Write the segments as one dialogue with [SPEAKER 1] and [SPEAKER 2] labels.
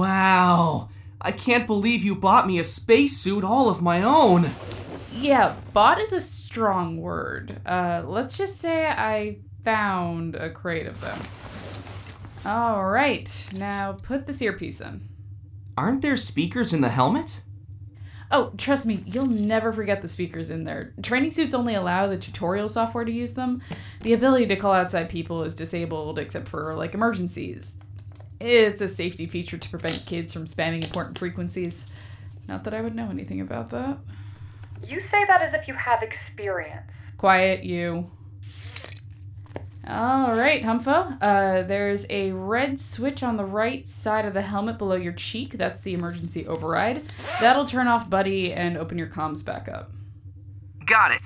[SPEAKER 1] Wow! I can't believe you bought me a spacesuit all of my own!
[SPEAKER 2] Yeah, bought is a strong word. Uh, let's just say I found a crate of them. All right, now put this earpiece in.
[SPEAKER 1] Aren't there speakers in the helmet?
[SPEAKER 2] Oh, trust me, you'll never forget the speakers in there. Training suits only allow the tutorial software to use them. The ability to call outside people is disabled except for like emergencies. It's a safety feature to prevent kids from spamming important frequencies. Not that I would know anything about that.
[SPEAKER 3] You say that as if you have experience.
[SPEAKER 2] Quiet, you. All right, Humpho. Uh, there's a red switch on the right side of the helmet below your cheek. That's the emergency override. That'll turn off Buddy and open your comms back up.
[SPEAKER 4] Got it.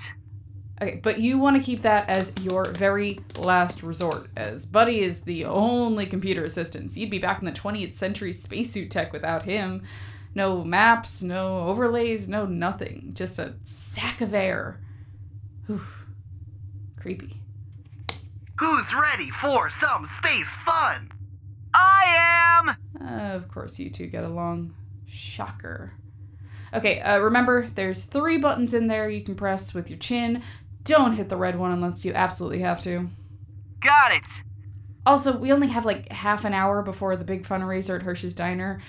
[SPEAKER 2] Okay, but you want to keep that as your very last resort, as Buddy is the only computer assistance. You'd be back in the 20th century spacesuit tech without him. No maps, no overlays, no nothing. Just a sack of air. Whew. Creepy.
[SPEAKER 4] Who's ready for some space fun? I am!
[SPEAKER 2] Uh, of course, you two get along. Shocker. Okay, uh, remember, there's three buttons in there you can press with your chin. Don't hit the red one unless you absolutely have to.
[SPEAKER 4] Got it.
[SPEAKER 2] Also, we only have like half an hour before the big fundraiser at Hirsch's Diner.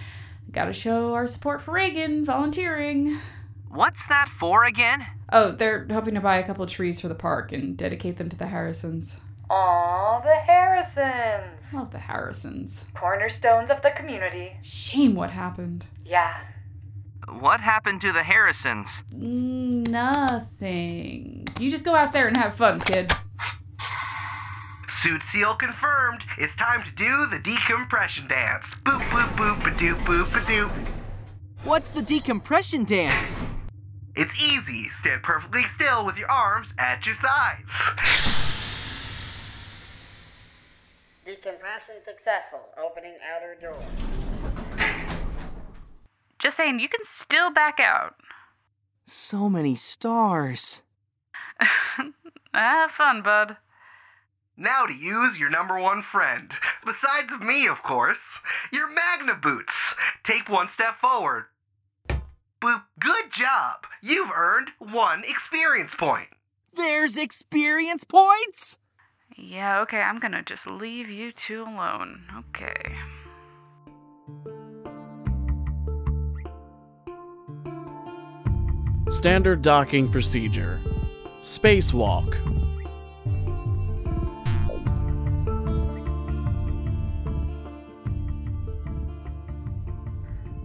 [SPEAKER 2] Gotta show our support for Reagan volunteering.
[SPEAKER 4] What's that for again?
[SPEAKER 2] Oh, they're hoping to buy a couple trees for the park and dedicate them to the Harrisons.
[SPEAKER 3] Aw, the Harrisons.
[SPEAKER 2] Love the Harrisons.
[SPEAKER 3] Cornerstones of the community.
[SPEAKER 2] Shame what happened.
[SPEAKER 3] Yeah.
[SPEAKER 4] What happened to the Harrisons?
[SPEAKER 2] Nothing. You just go out there and have fun, kid.
[SPEAKER 5] Suit seal confirmed. It's time to do the decompression dance. Boop boop boop a doop boop a doop.
[SPEAKER 1] What's the decompression dance?
[SPEAKER 5] It's easy. Stand perfectly still with your arms at your sides.
[SPEAKER 6] Decompression successful. Opening outer door.
[SPEAKER 2] Just saying, you can still back out.
[SPEAKER 1] So many stars.
[SPEAKER 2] have Ah, fun, bud.
[SPEAKER 5] Now to use your number one friend. Besides me, of course. Your Magna Boots. Take one step forward. Boop. Good job. You've earned one experience point.
[SPEAKER 1] There's experience points?
[SPEAKER 2] Yeah, okay, I'm gonna just leave you two alone. Okay.
[SPEAKER 7] Standard docking procedure. Spacewalk.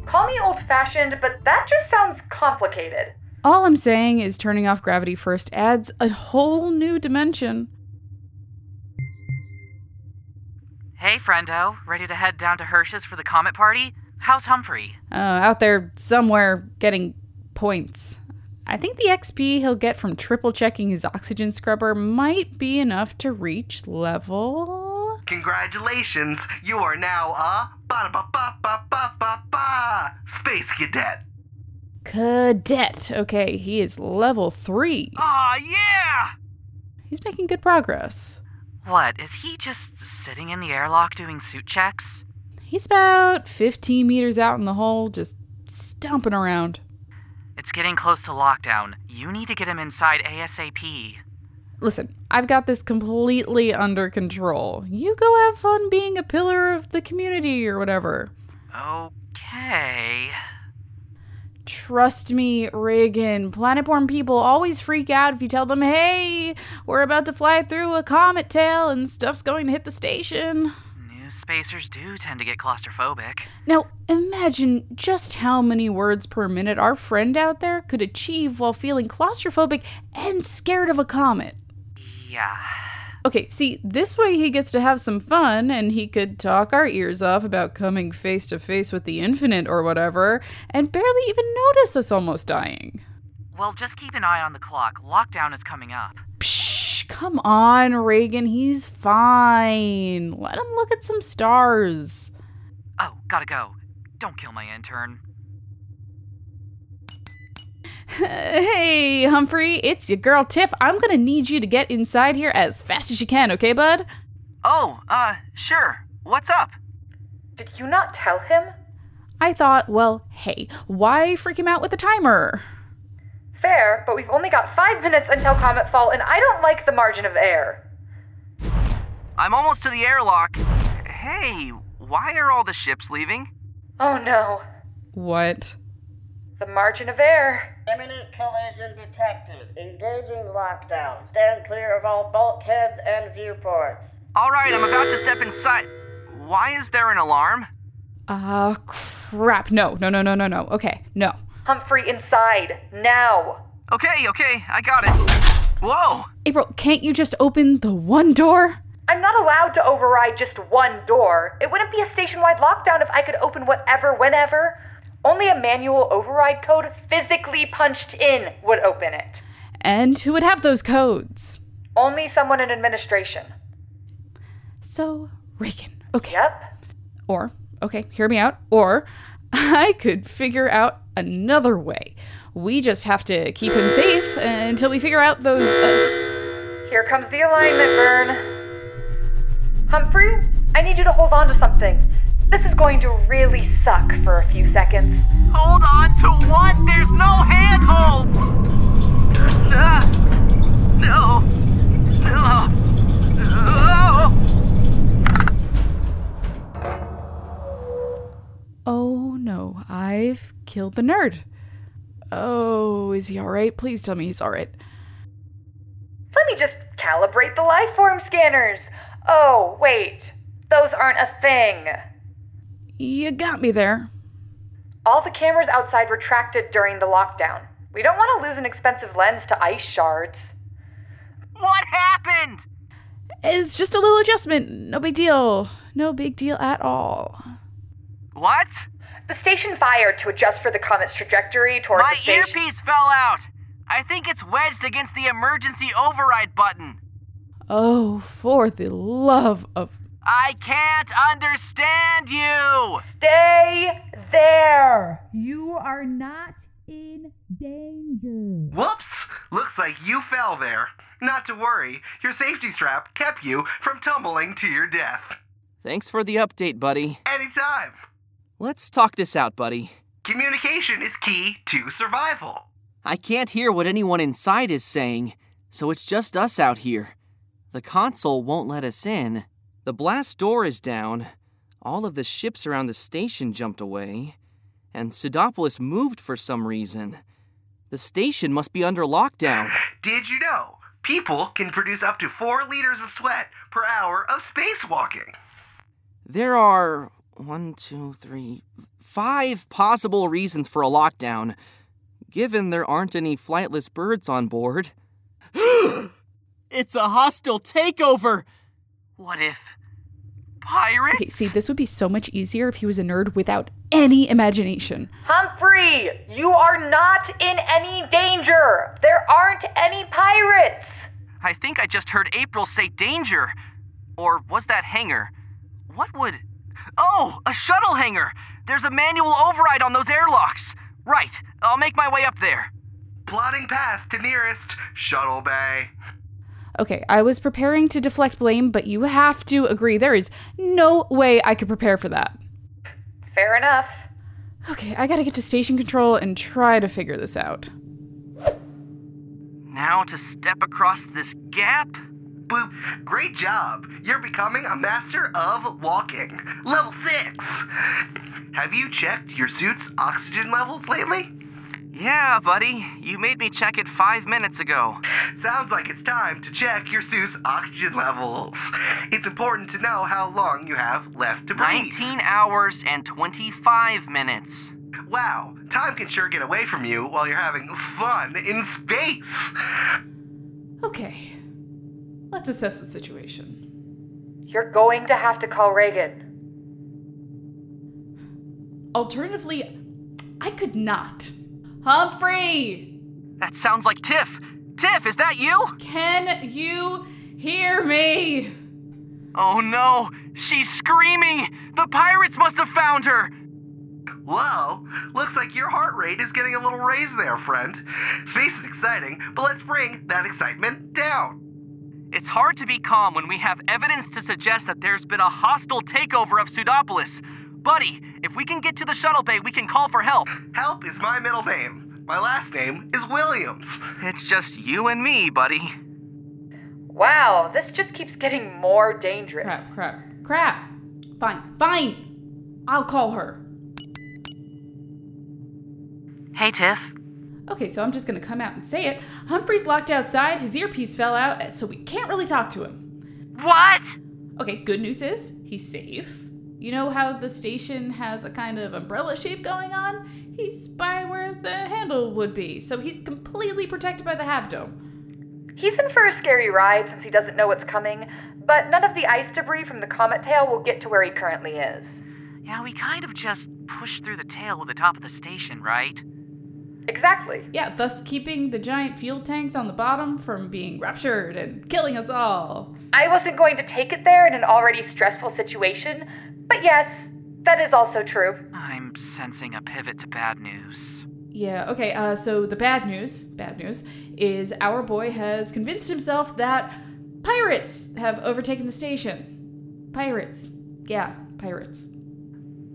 [SPEAKER 3] Call me old fashioned, but that just sounds complicated.
[SPEAKER 2] All I'm saying is turning off gravity first adds a whole new dimension.
[SPEAKER 8] Hey, friendo, ready to head down to Hirsch's for the comet party? How's Humphrey?
[SPEAKER 2] Uh, out there somewhere getting points. I think the XP he'll get from triple checking his oxygen scrubber might be enough to reach level.
[SPEAKER 5] Congratulations. You are now a ba ba ba ba ba ba ba space cadet.
[SPEAKER 2] Cadet. Okay, he is level three.
[SPEAKER 4] Aw, yeah!
[SPEAKER 2] He's making good progress.
[SPEAKER 8] What, is he just sitting in the airlock doing suit checks?
[SPEAKER 2] He's about 15 meters out in the hole, just stomping around.
[SPEAKER 8] It's getting close to lockdown. You need to get him inside ASAP.
[SPEAKER 2] Listen, I've got this completely under control. You go have fun being a pillar of the community or whatever.
[SPEAKER 8] Okay.
[SPEAKER 2] Trust me, Reagan. Planetborn people always freak out if you tell them, hey, we're about to fly through a comet tail and stuff's going to hit the station.
[SPEAKER 8] New spacers do tend to get claustrophobic.
[SPEAKER 2] Now, imagine just how many words per minute our friend out there could achieve while feeling claustrophobic and scared of a comet.
[SPEAKER 8] Yeah.
[SPEAKER 2] Okay, see, this way he gets to have some fun and he could talk our ears off about coming face to face with the infinite or whatever and barely even notice us almost dying.
[SPEAKER 8] Well, just keep an eye on the clock. Lockdown is coming up.
[SPEAKER 2] Psh, come on, Reagan, he's fine. Let him look at some stars.
[SPEAKER 8] Oh, gotta go. Don't kill my intern.
[SPEAKER 2] hey, Humphrey, it's your girl Tiff. I'm gonna need you to get inside here as fast as you can, okay, bud?
[SPEAKER 4] Oh, uh, sure. What's up?
[SPEAKER 3] Did you not tell him?
[SPEAKER 2] I thought, well, hey, why freak him out with a timer?
[SPEAKER 3] Fair, but we've only got five minutes until Comet Fall, and I don't like the margin of error.
[SPEAKER 4] I'm almost to the airlock. Hey, why are all the ships leaving?
[SPEAKER 3] Oh no,
[SPEAKER 2] What?
[SPEAKER 3] the margin of error.
[SPEAKER 6] Imminent collision detected. Engaging lockdown. Stand clear of all bulkheads and viewports.
[SPEAKER 4] All right, I'm about to step inside. Why is there an alarm?
[SPEAKER 2] Ah, crap. No, no, no, no, no, no. Okay, no.
[SPEAKER 3] Humphrey, inside, now.
[SPEAKER 4] Okay, okay, I got it. Whoa!
[SPEAKER 2] April, can't you just open the one door?
[SPEAKER 3] I'm not allowed to override just one door. It wouldn't be a station wide lockdown if I could open whatever, whenever. Only a manual override code physically punched in would open it.
[SPEAKER 2] And who would have those codes?
[SPEAKER 3] Only someone in administration.
[SPEAKER 2] So, Reagan. Okay.
[SPEAKER 3] Yep.
[SPEAKER 2] Or, okay, hear me out. Or, I could figure out another way. We just have to keep him safe until we figure out those. Uh,
[SPEAKER 3] Here comes the alignment burn. Humphrey, I need you to hold on to something. This is going to really suck for a few seconds.
[SPEAKER 4] Hold on to what? There's no handhold! Ah, no. No. Oh.
[SPEAKER 2] oh no, I've killed the nerd. Oh, is he alright? Please tell me he's alright.
[SPEAKER 3] Let me just calibrate the lifeform scanners. Oh, wait. Those aren't a thing.
[SPEAKER 2] You got me there.
[SPEAKER 3] All the cameras outside retracted during the lockdown. We don't want to lose an expensive lens to ice shards.
[SPEAKER 4] What happened?
[SPEAKER 2] It's just a little adjustment. No big deal. No big deal at all.
[SPEAKER 4] What?
[SPEAKER 3] The station fired to adjust for the comet's trajectory toward
[SPEAKER 4] My
[SPEAKER 3] the station.
[SPEAKER 4] earpiece fell out. I think it's wedged against the emergency override button.
[SPEAKER 2] Oh, for the love of.
[SPEAKER 4] I can't understand you!
[SPEAKER 3] Stay there.
[SPEAKER 5] Whoops! Looks like you fell there. Not to worry, your safety strap kept you from tumbling to your death.
[SPEAKER 9] Thanks for the update, buddy.
[SPEAKER 5] Anytime.
[SPEAKER 9] Let's talk this out, buddy.
[SPEAKER 5] Communication is key to survival.
[SPEAKER 9] I can't hear what anyone inside is saying, so it's just us out here. The console won't let us in. The blast door is down. All of the ships around the station jumped away. And Pseudopolis moved for some reason. The station must be under lockdown.
[SPEAKER 5] Did you know people can produce up to four liters of sweat per hour of spacewalking?
[SPEAKER 9] There are one, two, three, five possible reasons for a lockdown, given there aren't any flightless birds on board. it's a hostile takeover!
[SPEAKER 4] What if. Pirates?
[SPEAKER 2] Okay, see, this would be so much easier if he was a nerd without any imagination.
[SPEAKER 3] Humphrey, you are not in any danger. There aren't any pirates.
[SPEAKER 4] I think I just heard April say danger. Or was that hanger? What would. Oh, a shuttle hanger! There's a manual override on those airlocks! Right, I'll make my way up there.
[SPEAKER 5] Plotting path to nearest shuttle bay.
[SPEAKER 2] Okay, I was preparing to deflect blame, but you have to agree there is no way I could prepare for that.
[SPEAKER 3] Fair enough.
[SPEAKER 2] Okay, I gotta get to station control and try to figure this out.
[SPEAKER 4] Now to step across this gap?
[SPEAKER 5] Boop. Great job. You're becoming a master of walking. Level 6. Have you checked your suit's oxygen levels lately?
[SPEAKER 4] Yeah, buddy, you made me check it five minutes ago.
[SPEAKER 5] Sounds like it's time to check your suit's oxygen levels. It's important to know how long you have left to breathe.
[SPEAKER 4] 19 hours and 25 minutes.
[SPEAKER 5] Wow, time can sure get away from you while you're having fun in space.
[SPEAKER 2] Okay, let's assess the situation.
[SPEAKER 3] You're going to have to call Reagan.
[SPEAKER 2] Alternatively, I could not. Humphrey,
[SPEAKER 4] That sounds like Tiff. Tiff, is that you?
[SPEAKER 2] can you hear me?
[SPEAKER 4] Oh no, she's screaming! The pirates must have found her!
[SPEAKER 5] Whoa, looks like your heart rate is getting a little raised there, friend. Space is exciting, but let's bring that excitement down.
[SPEAKER 4] It's hard to be calm when we have evidence to suggest that there's been a hostile takeover of Pseudopolis. Buddy, if we can get to the shuttle bay, we can call for help.
[SPEAKER 5] Help is my middle name. My last name is Williams.
[SPEAKER 4] It's just you and me, buddy.
[SPEAKER 3] Wow, this just keeps getting more dangerous.
[SPEAKER 2] Crap, crap, crap. Fine, fine. I'll call her.
[SPEAKER 8] Hey, Tiff.
[SPEAKER 2] Okay, so I'm just gonna come out and say it. Humphrey's locked outside, his earpiece fell out, uh, so we can't really talk to him.
[SPEAKER 8] What?
[SPEAKER 2] Okay, good news is he's safe. You know how the station has a kind of umbrella shape going on? He's by where the handle would be, so he's completely protected by the habdome.
[SPEAKER 3] He's in for a scary ride since he doesn't know what's coming, but none of the ice debris from the comet tail will get to where he currently is.
[SPEAKER 8] Yeah, we kind of just pushed through the tail with the top of the station, right?
[SPEAKER 3] Exactly.
[SPEAKER 2] Yeah, thus keeping the giant fuel tanks on the bottom from being ruptured and killing us all.
[SPEAKER 3] I wasn't going to take it there in an already stressful situation, but yes, that is also true.
[SPEAKER 8] I'm sensing a pivot to bad news.
[SPEAKER 2] Yeah, okay, uh, so the bad news, bad news, is our boy has convinced himself that pirates have overtaken the station. Pirates. Yeah, pirates.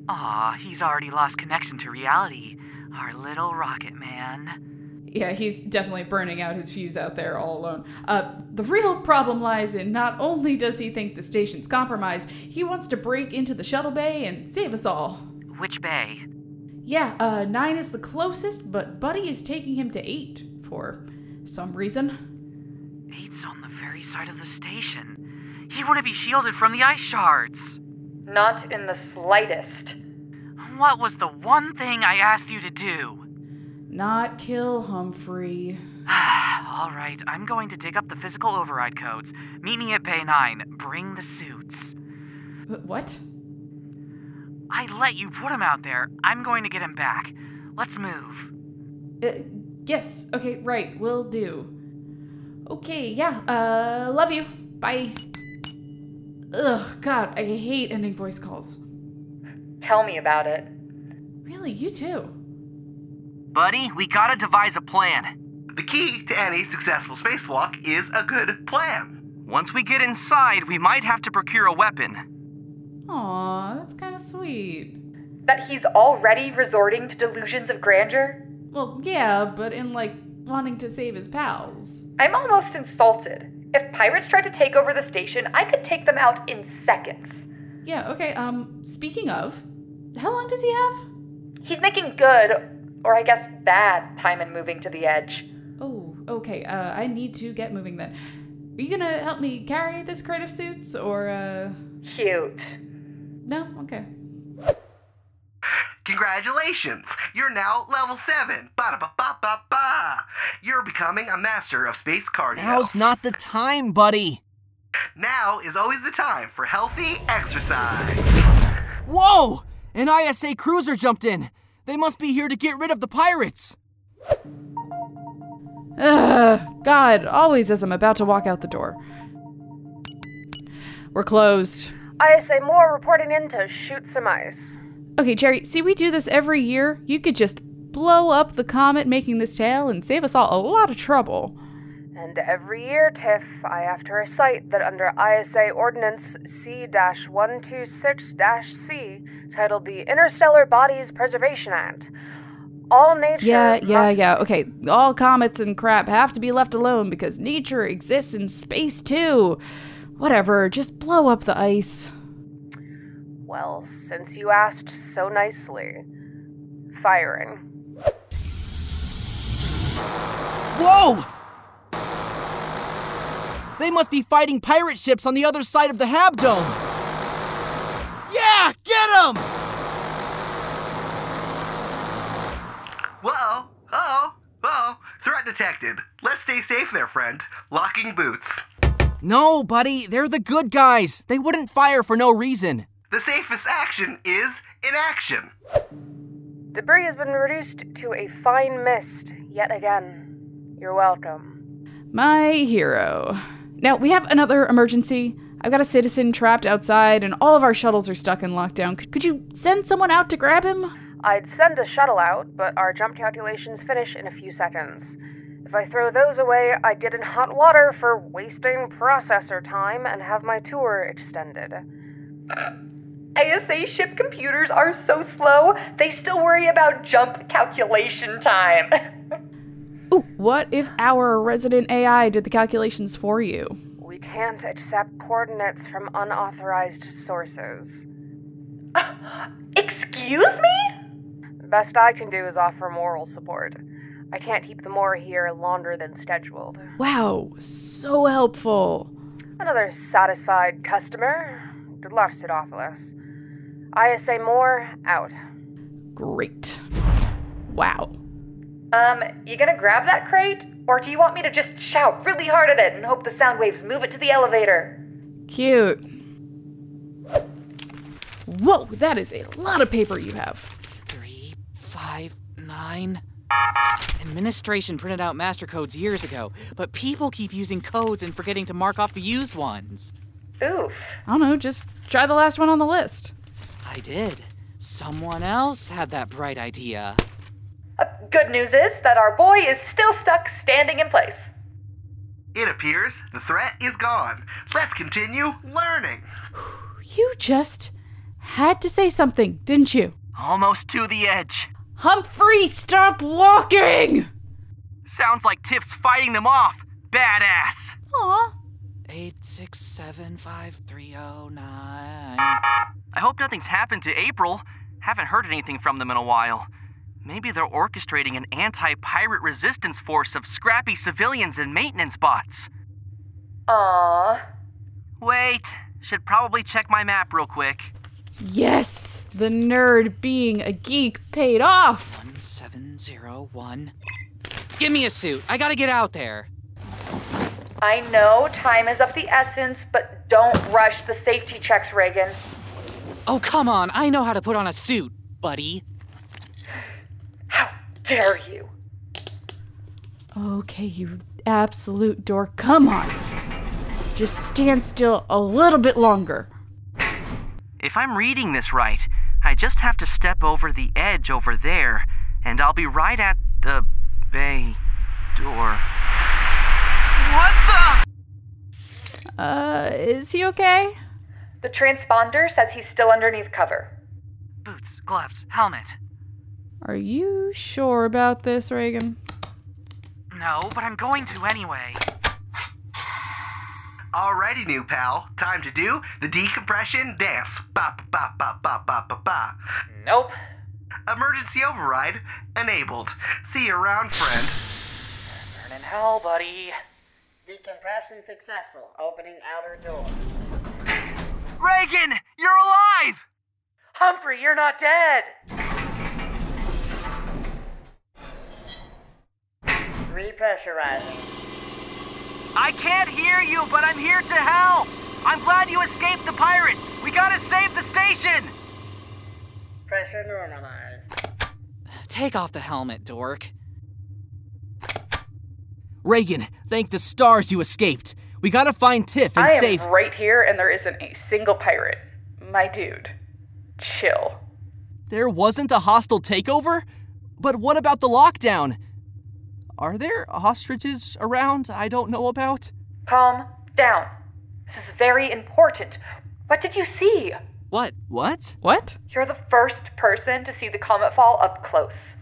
[SPEAKER 8] Aw, he's already lost connection to reality. Our little rocket man.
[SPEAKER 2] Yeah, he's definitely burning out his fuse out there all alone. Uh, the real problem lies in not only does he think the station's compromised, he wants to break into the shuttle bay and save us all.
[SPEAKER 8] Which bay?
[SPEAKER 2] Yeah, uh, nine is the closest, but Buddy is taking him to eight for some reason.
[SPEAKER 8] Eight's on the very side of the station. He wouldn't be shielded from the ice shards.
[SPEAKER 3] Not in the slightest.
[SPEAKER 8] What was the one thing I asked you to do?
[SPEAKER 2] Not kill Humphrey.
[SPEAKER 8] All right, I'm going to dig up the physical override codes. Meet me at Bay 9. Bring the suits.
[SPEAKER 2] Wh- What?
[SPEAKER 8] I let you put him out there. I'm going to get him back. Let's move.
[SPEAKER 2] Uh, yes, okay, right, will do. Okay, yeah, uh, love you. Bye. Ugh, God, I hate ending voice calls.
[SPEAKER 3] Tell me about it.
[SPEAKER 2] Really, you too.
[SPEAKER 4] Buddy, we gotta devise a plan.
[SPEAKER 5] The key to any successful spacewalk is a good plan.
[SPEAKER 4] Once we get inside, we might have to procure a weapon.
[SPEAKER 2] Aw, that's kind of sweet.
[SPEAKER 3] That he's already resorting to delusions of grandeur?
[SPEAKER 2] Well, yeah, but in like wanting to save his pals.
[SPEAKER 3] I'm almost insulted. If pirates tried to take over the station, I could take them out in seconds.
[SPEAKER 2] Yeah, okay, um, speaking of, how long does he have?
[SPEAKER 3] He's making good, or I guess bad, time in moving to the edge.
[SPEAKER 2] Oh, okay, uh, I need to get moving then. Are you gonna help me carry this crate of suits, or, uh,
[SPEAKER 3] Cute.
[SPEAKER 2] no? Okay.
[SPEAKER 5] Congratulations! You're now level 7. Ba ba ba ba ba. You're becoming a master of space cardio.
[SPEAKER 9] Now's not the time, buddy.
[SPEAKER 5] Now is always the time for healthy exercise.
[SPEAKER 9] Whoa! An ISA cruiser jumped in. They must be here to get rid of the pirates.
[SPEAKER 2] Ugh, God, always as I'm about to walk out the door. We're closed.
[SPEAKER 10] ISA Moore reporting in to shoot some ice.
[SPEAKER 2] Okay, Jerry, see, we do this every year. You could just blow up the comet making this tail and save us all a lot of trouble.
[SPEAKER 10] And every year, Tiff, I have to recite that under ISA Ordinance C 126 C, titled the Interstellar Bodies Preservation Act, all nature.
[SPEAKER 2] Yeah, yeah,
[SPEAKER 10] must-
[SPEAKER 2] yeah. Okay, all comets and crap have to be left alone because nature exists in space too. Whatever, just blow up the ice.
[SPEAKER 10] Well, since you asked so nicely, firing.
[SPEAKER 9] Whoa! They must be fighting pirate ships on the other side of the Habdome. Yeah, get 'em!
[SPEAKER 5] Whoa, oh, whoa. Threat detected. Let's stay safe there, friend. Locking boots.
[SPEAKER 9] No, buddy, they're the good guys. They wouldn't fire for no reason.
[SPEAKER 5] The safest action is inaction.
[SPEAKER 10] Debris has been reduced to a fine mist yet again. You're welcome.
[SPEAKER 2] My hero. Now, we have another emergency. I've got a citizen trapped outside, and all of our shuttles are stuck in lockdown. Could- Could you send someone out to grab him?
[SPEAKER 10] I'd send a shuttle out, but our jump calculations finish in a few seconds. If I throw those away, I'd get in hot water for wasting processor time and have my tour extended.
[SPEAKER 3] ASA ship computers are so slow, they still worry about jump calculation time.
[SPEAKER 2] Ooh, what if our resident AI did the calculations for you?
[SPEAKER 10] We can't accept coordinates from unauthorized sources.
[SPEAKER 3] Excuse me?
[SPEAKER 10] Best I can do is offer moral support. I can't keep the more here longer than scheduled.
[SPEAKER 2] Wow, so helpful.
[SPEAKER 10] Another satisfied customer. Good luck, Pseudophilus. ISA more out.
[SPEAKER 2] Great. Wow.
[SPEAKER 3] Um, you gonna grab that crate? Or do you want me to just shout really hard at it and hope the sound waves move it to the elevator?
[SPEAKER 2] Cute. Whoa, that is a lot of paper you have.
[SPEAKER 8] Three, five, nine. Administration printed out master codes years ago, but people keep using codes and forgetting to mark off the used ones.
[SPEAKER 3] Oof.
[SPEAKER 2] I don't know, just try the last one on the list.
[SPEAKER 8] I did. Someone else had that bright idea.
[SPEAKER 3] Uh, good news is that our boy is still stuck standing in place.
[SPEAKER 5] It appears the threat is gone. Let's continue learning.
[SPEAKER 2] You just had to say something, didn't you?
[SPEAKER 4] Almost to the edge.
[SPEAKER 2] Humphrey, stop walking!
[SPEAKER 4] Sounds like Tiff's fighting them off. Badass.
[SPEAKER 2] Aw.
[SPEAKER 8] Eight six seven five three oh nine.
[SPEAKER 4] I hope nothing's happened to April. Haven't heard anything from them in a while. Maybe they're orchestrating an anti pirate resistance force of scrappy civilians and maintenance bots.
[SPEAKER 3] Aww.
[SPEAKER 4] Wait, should probably check my map real quick.
[SPEAKER 2] Yes! The nerd being a geek paid off!
[SPEAKER 8] One seven zero one. Give me a suit. I gotta get out there.
[SPEAKER 3] I know time is of the essence, but don't rush the safety checks, Reagan.
[SPEAKER 8] Oh come on! I know how to put on a suit, buddy.
[SPEAKER 3] How dare you?
[SPEAKER 2] Okay, you absolute dork. Come on! Just stand still a little bit longer.
[SPEAKER 4] If I'm reading this right, I just have to step over the edge over there, and I'll be right at the bay door. What the?
[SPEAKER 2] Uh, is he okay?
[SPEAKER 3] The transponder says he's still underneath cover.
[SPEAKER 8] Boots, gloves, helmet.
[SPEAKER 2] Are you sure about this, Reagan?
[SPEAKER 8] No, but I'm going to anyway.
[SPEAKER 5] Alrighty, new pal. Time to do the decompression dance. Ba ba ba ba ba ba ba.
[SPEAKER 8] Nope.
[SPEAKER 5] Emergency override enabled. See you around, friend.
[SPEAKER 8] Burn in hell, buddy.
[SPEAKER 6] Decompression successful. Opening outer door.
[SPEAKER 4] Reagan, you're alive!
[SPEAKER 3] Humphrey, you're not dead!
[SPEAKER 6] Repressurizing.
[SPEAKER 4] I can't hear you, but I'm here to help! I'm glad you escaped the pirate! We gotta save the station!
[SPEAKER 6] Pressure normalized.
[SPEAKER 8] Take off the helmet, dork.
[SPEAKER 9] Reagan, thank the stars you escaped. We gotta find Tiff and
[SPEAKER 2] I am
[SPEAKER 9] save.
[SPEAKER 2] right here, and there isn't a single pirate. My dude, chill.
[SPEAKER 9] There wasn't a hostile takeover? But what about the lockdown? Are there ostriches around I don't know about?
[SPEAKER 3] Calm down. This is very important. What did you see?
[SPEAKER 8] What?
[SPEAKER 9] What?
[SPEAKER 2] What?
[SPEAKER 3] You're the first person to see the comet fall up close.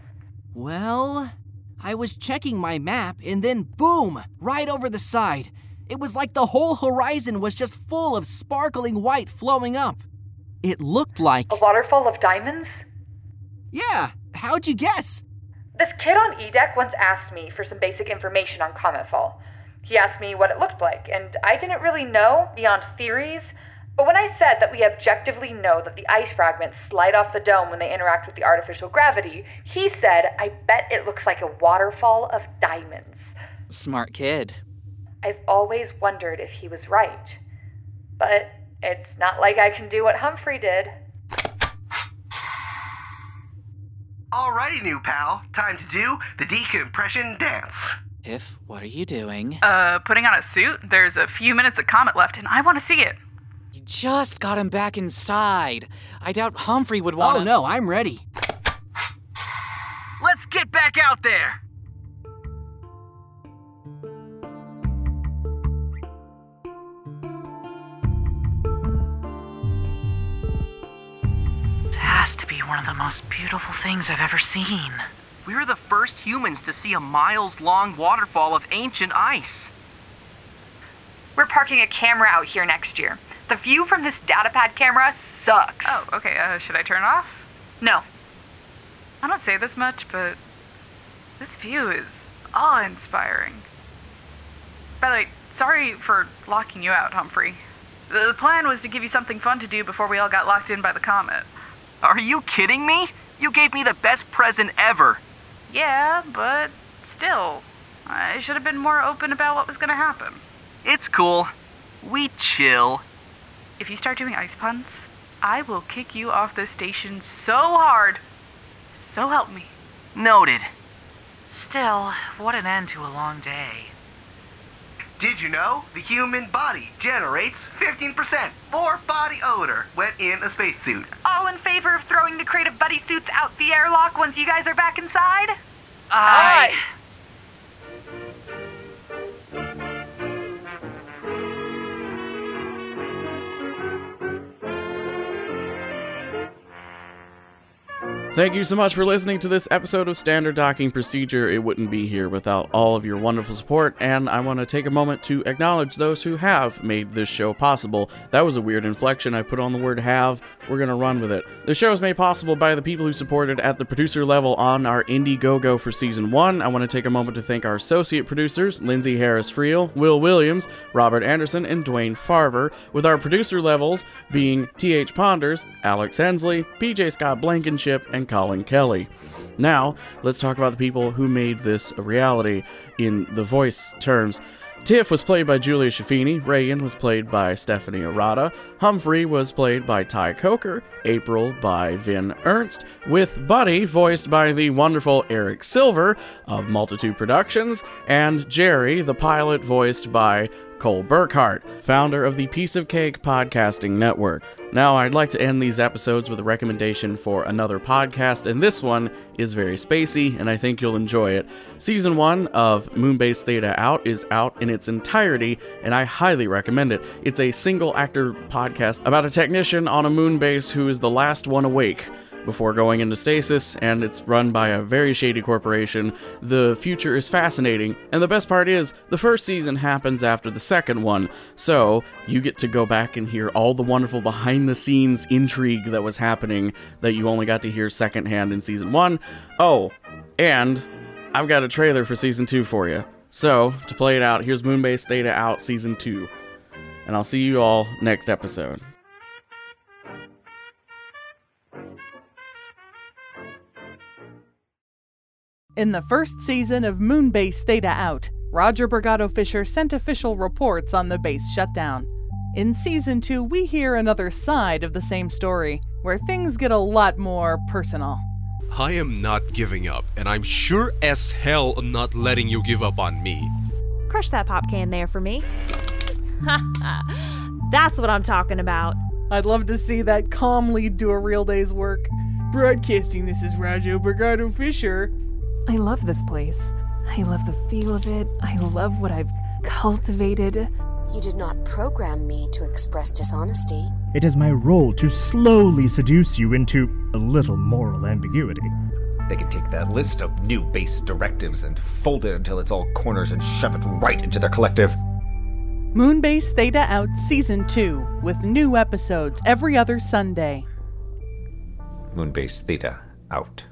[SPEAKER 9] Well, I was checking my map and then boom, right over the side. It was like the whole horizon was just full of sparkling white flowing up. It looked like.
[SPEAKER 3] A waterfall of diamonds?
[SPEAKER 9] Yeah, how'd you guess?
[SPEAKER 3] This kid on EDEC once asked me for some basic information on comet fall. He asked me what it looked like, and I didn't really know beyond theories. But when I said that we objectively know that the ice fragments slide off the dome when they interact with the artificial gravity, he said, I bet it looks like a waterfall of diamonds.
[SPEAKER 8] Smart kid.
[SPEAKER 3] I've always wondered if he was right. But it's not like I can do what Humphrey did.
[SPEAKER 5] Alrighty, new pal. Time to do the decompression dance.
[SPEAKER 8] Tiff, what are you doing?
[SPEAKER 2] Uh, putting on a suit? There's a few minutes of Comet left, and I want to see it.
[SPEAKER 8] You just got him back inside. I doubt Humphrey would want
[SPEAKER 9] Oh no, I'm ready.
[SPEAKER 4] Let's get back out there!
[SPEAKER 11] one of the most beautiful things I've ever seen.
[SPEAKER 4] We were the first humans to see a miles long waterfall of ancient ice.
[SPEAKER 3] We're parking a camera out here next year. The view from this datapad camera sucks.
[SPEAKER 12] Oh, okay. Uh, should I turn off?
[SPEAKER 3] No.
[SPEAKER 12] I don't say this much, but this view is awe inspiring. By the way, sorry for locking you out, Humphrey. The the plan was to give you something fun to do before we all got locked in by the comet.
[SPEAKER 4] Are you kidding me? You gave me the best present ever.
[SPEAKER 12] Yeah, but still, I should have been more open about what was going to happen.
[SPEAKER 4] It's cool. We chill.
[SPEAKER 12] If you start doing ice puns, I will kick you off the station so hard. So help me.
[SPEAKER 4] Noted.
[SPEAKER 11] Still, what an end to a long day.
[SPEAKER 5] Did you know the human body generates 15% more body odor when in a spacesuit?
[SPEAKER 3] All in favor of throwing the creative buddy suits out the airlock once you guys are back inside?
[SPEAKER 11] I.
[SPEAKER 7] Thank you so much for listening to this episode of Standard Docking Procedure. It wouldn't be here without all of your wonderful support, and I want to take a moment to acknowledge those who have made this show possible. That was a weird inflection I put on the word have. We're going to run with it. The show is made possible by the people who supported at the producer level on our Indiegogo for season one. I want to take a moment to thank our associate producers, Lindsay Harris Friel, Will Williams, Robert Anderson, and Dwayne Farver, with our producer levels being T.H. Ponders, Alex Hensley, PJ Scott Blankenship, and Colin Kelly. Now, let's talk about the people who made this a reality in the voice terms. Tiff was played by Julia Shaffini, Reagan was played by Stephanie Arata, Humphrey was played by Ty Coker, April by Vin Ernst, with Buddy voiced by the wonderful Eric Silver of Multitude Productions, and Jerry, the pilot, voiced by Cole Burkhart, founder of the Piece of Cake Podcasting Network. Now, I'd like to end these episodes with a recommendation for another podcast, and this one is very spacey, and I think you'll enjoy it. Season 1 of Moonbase Theta Out is out in its entirety, and I highly recommend it. It's a single actor podcast about a technician on a moon base who is the last one awake before going into stasis, and it's run by a very shady corporation. The future is fascinating, and the best part is the first season happens after the second one, so you get to go back and hear all the wonderful behind the scenes intrigue that was happening that you only got to hear secondhand in season one. Oh, and I've got a trailer for season two for you. So, to play it out, here's Moonbase Theta Out Season 2. And I'll see you all next episode.
[SPEAKER 13] In the first season of Moonbase Theta Out, Roger Brigado Fisher sent official reports on the base shutdown. In season two, we hear another side of the same story, where things get a lot more personal.
[SPEAKER 14] I am not giving up, and I'm sure as hell am not letting you give up on me.
[SPEAKER 15] Crush that pop can there for me. That's what I'm talking about.
[SPEAKER 13] I'd love to see that calm lead to a real day's work. Broadcasting, this is Roger Brigado Fisher.
[SPEAKER 16] I love this place. I love the feel of it. I love what I've cultivated.
[SPEAKER 17] You did not program me to express dishonesty.
[SPEAKER 18] It is my role to slowly seduce you into a little moral ambiguity.
[SPEAKER 19] They can take that list of new base directives and fold it until it's all corners and shove it right into their collective.
[SPEAKER 13] Moonbase Theta Out Season 2, with new episodes every other Sunday.
[SPEAKER 19] Moonbase Theta out.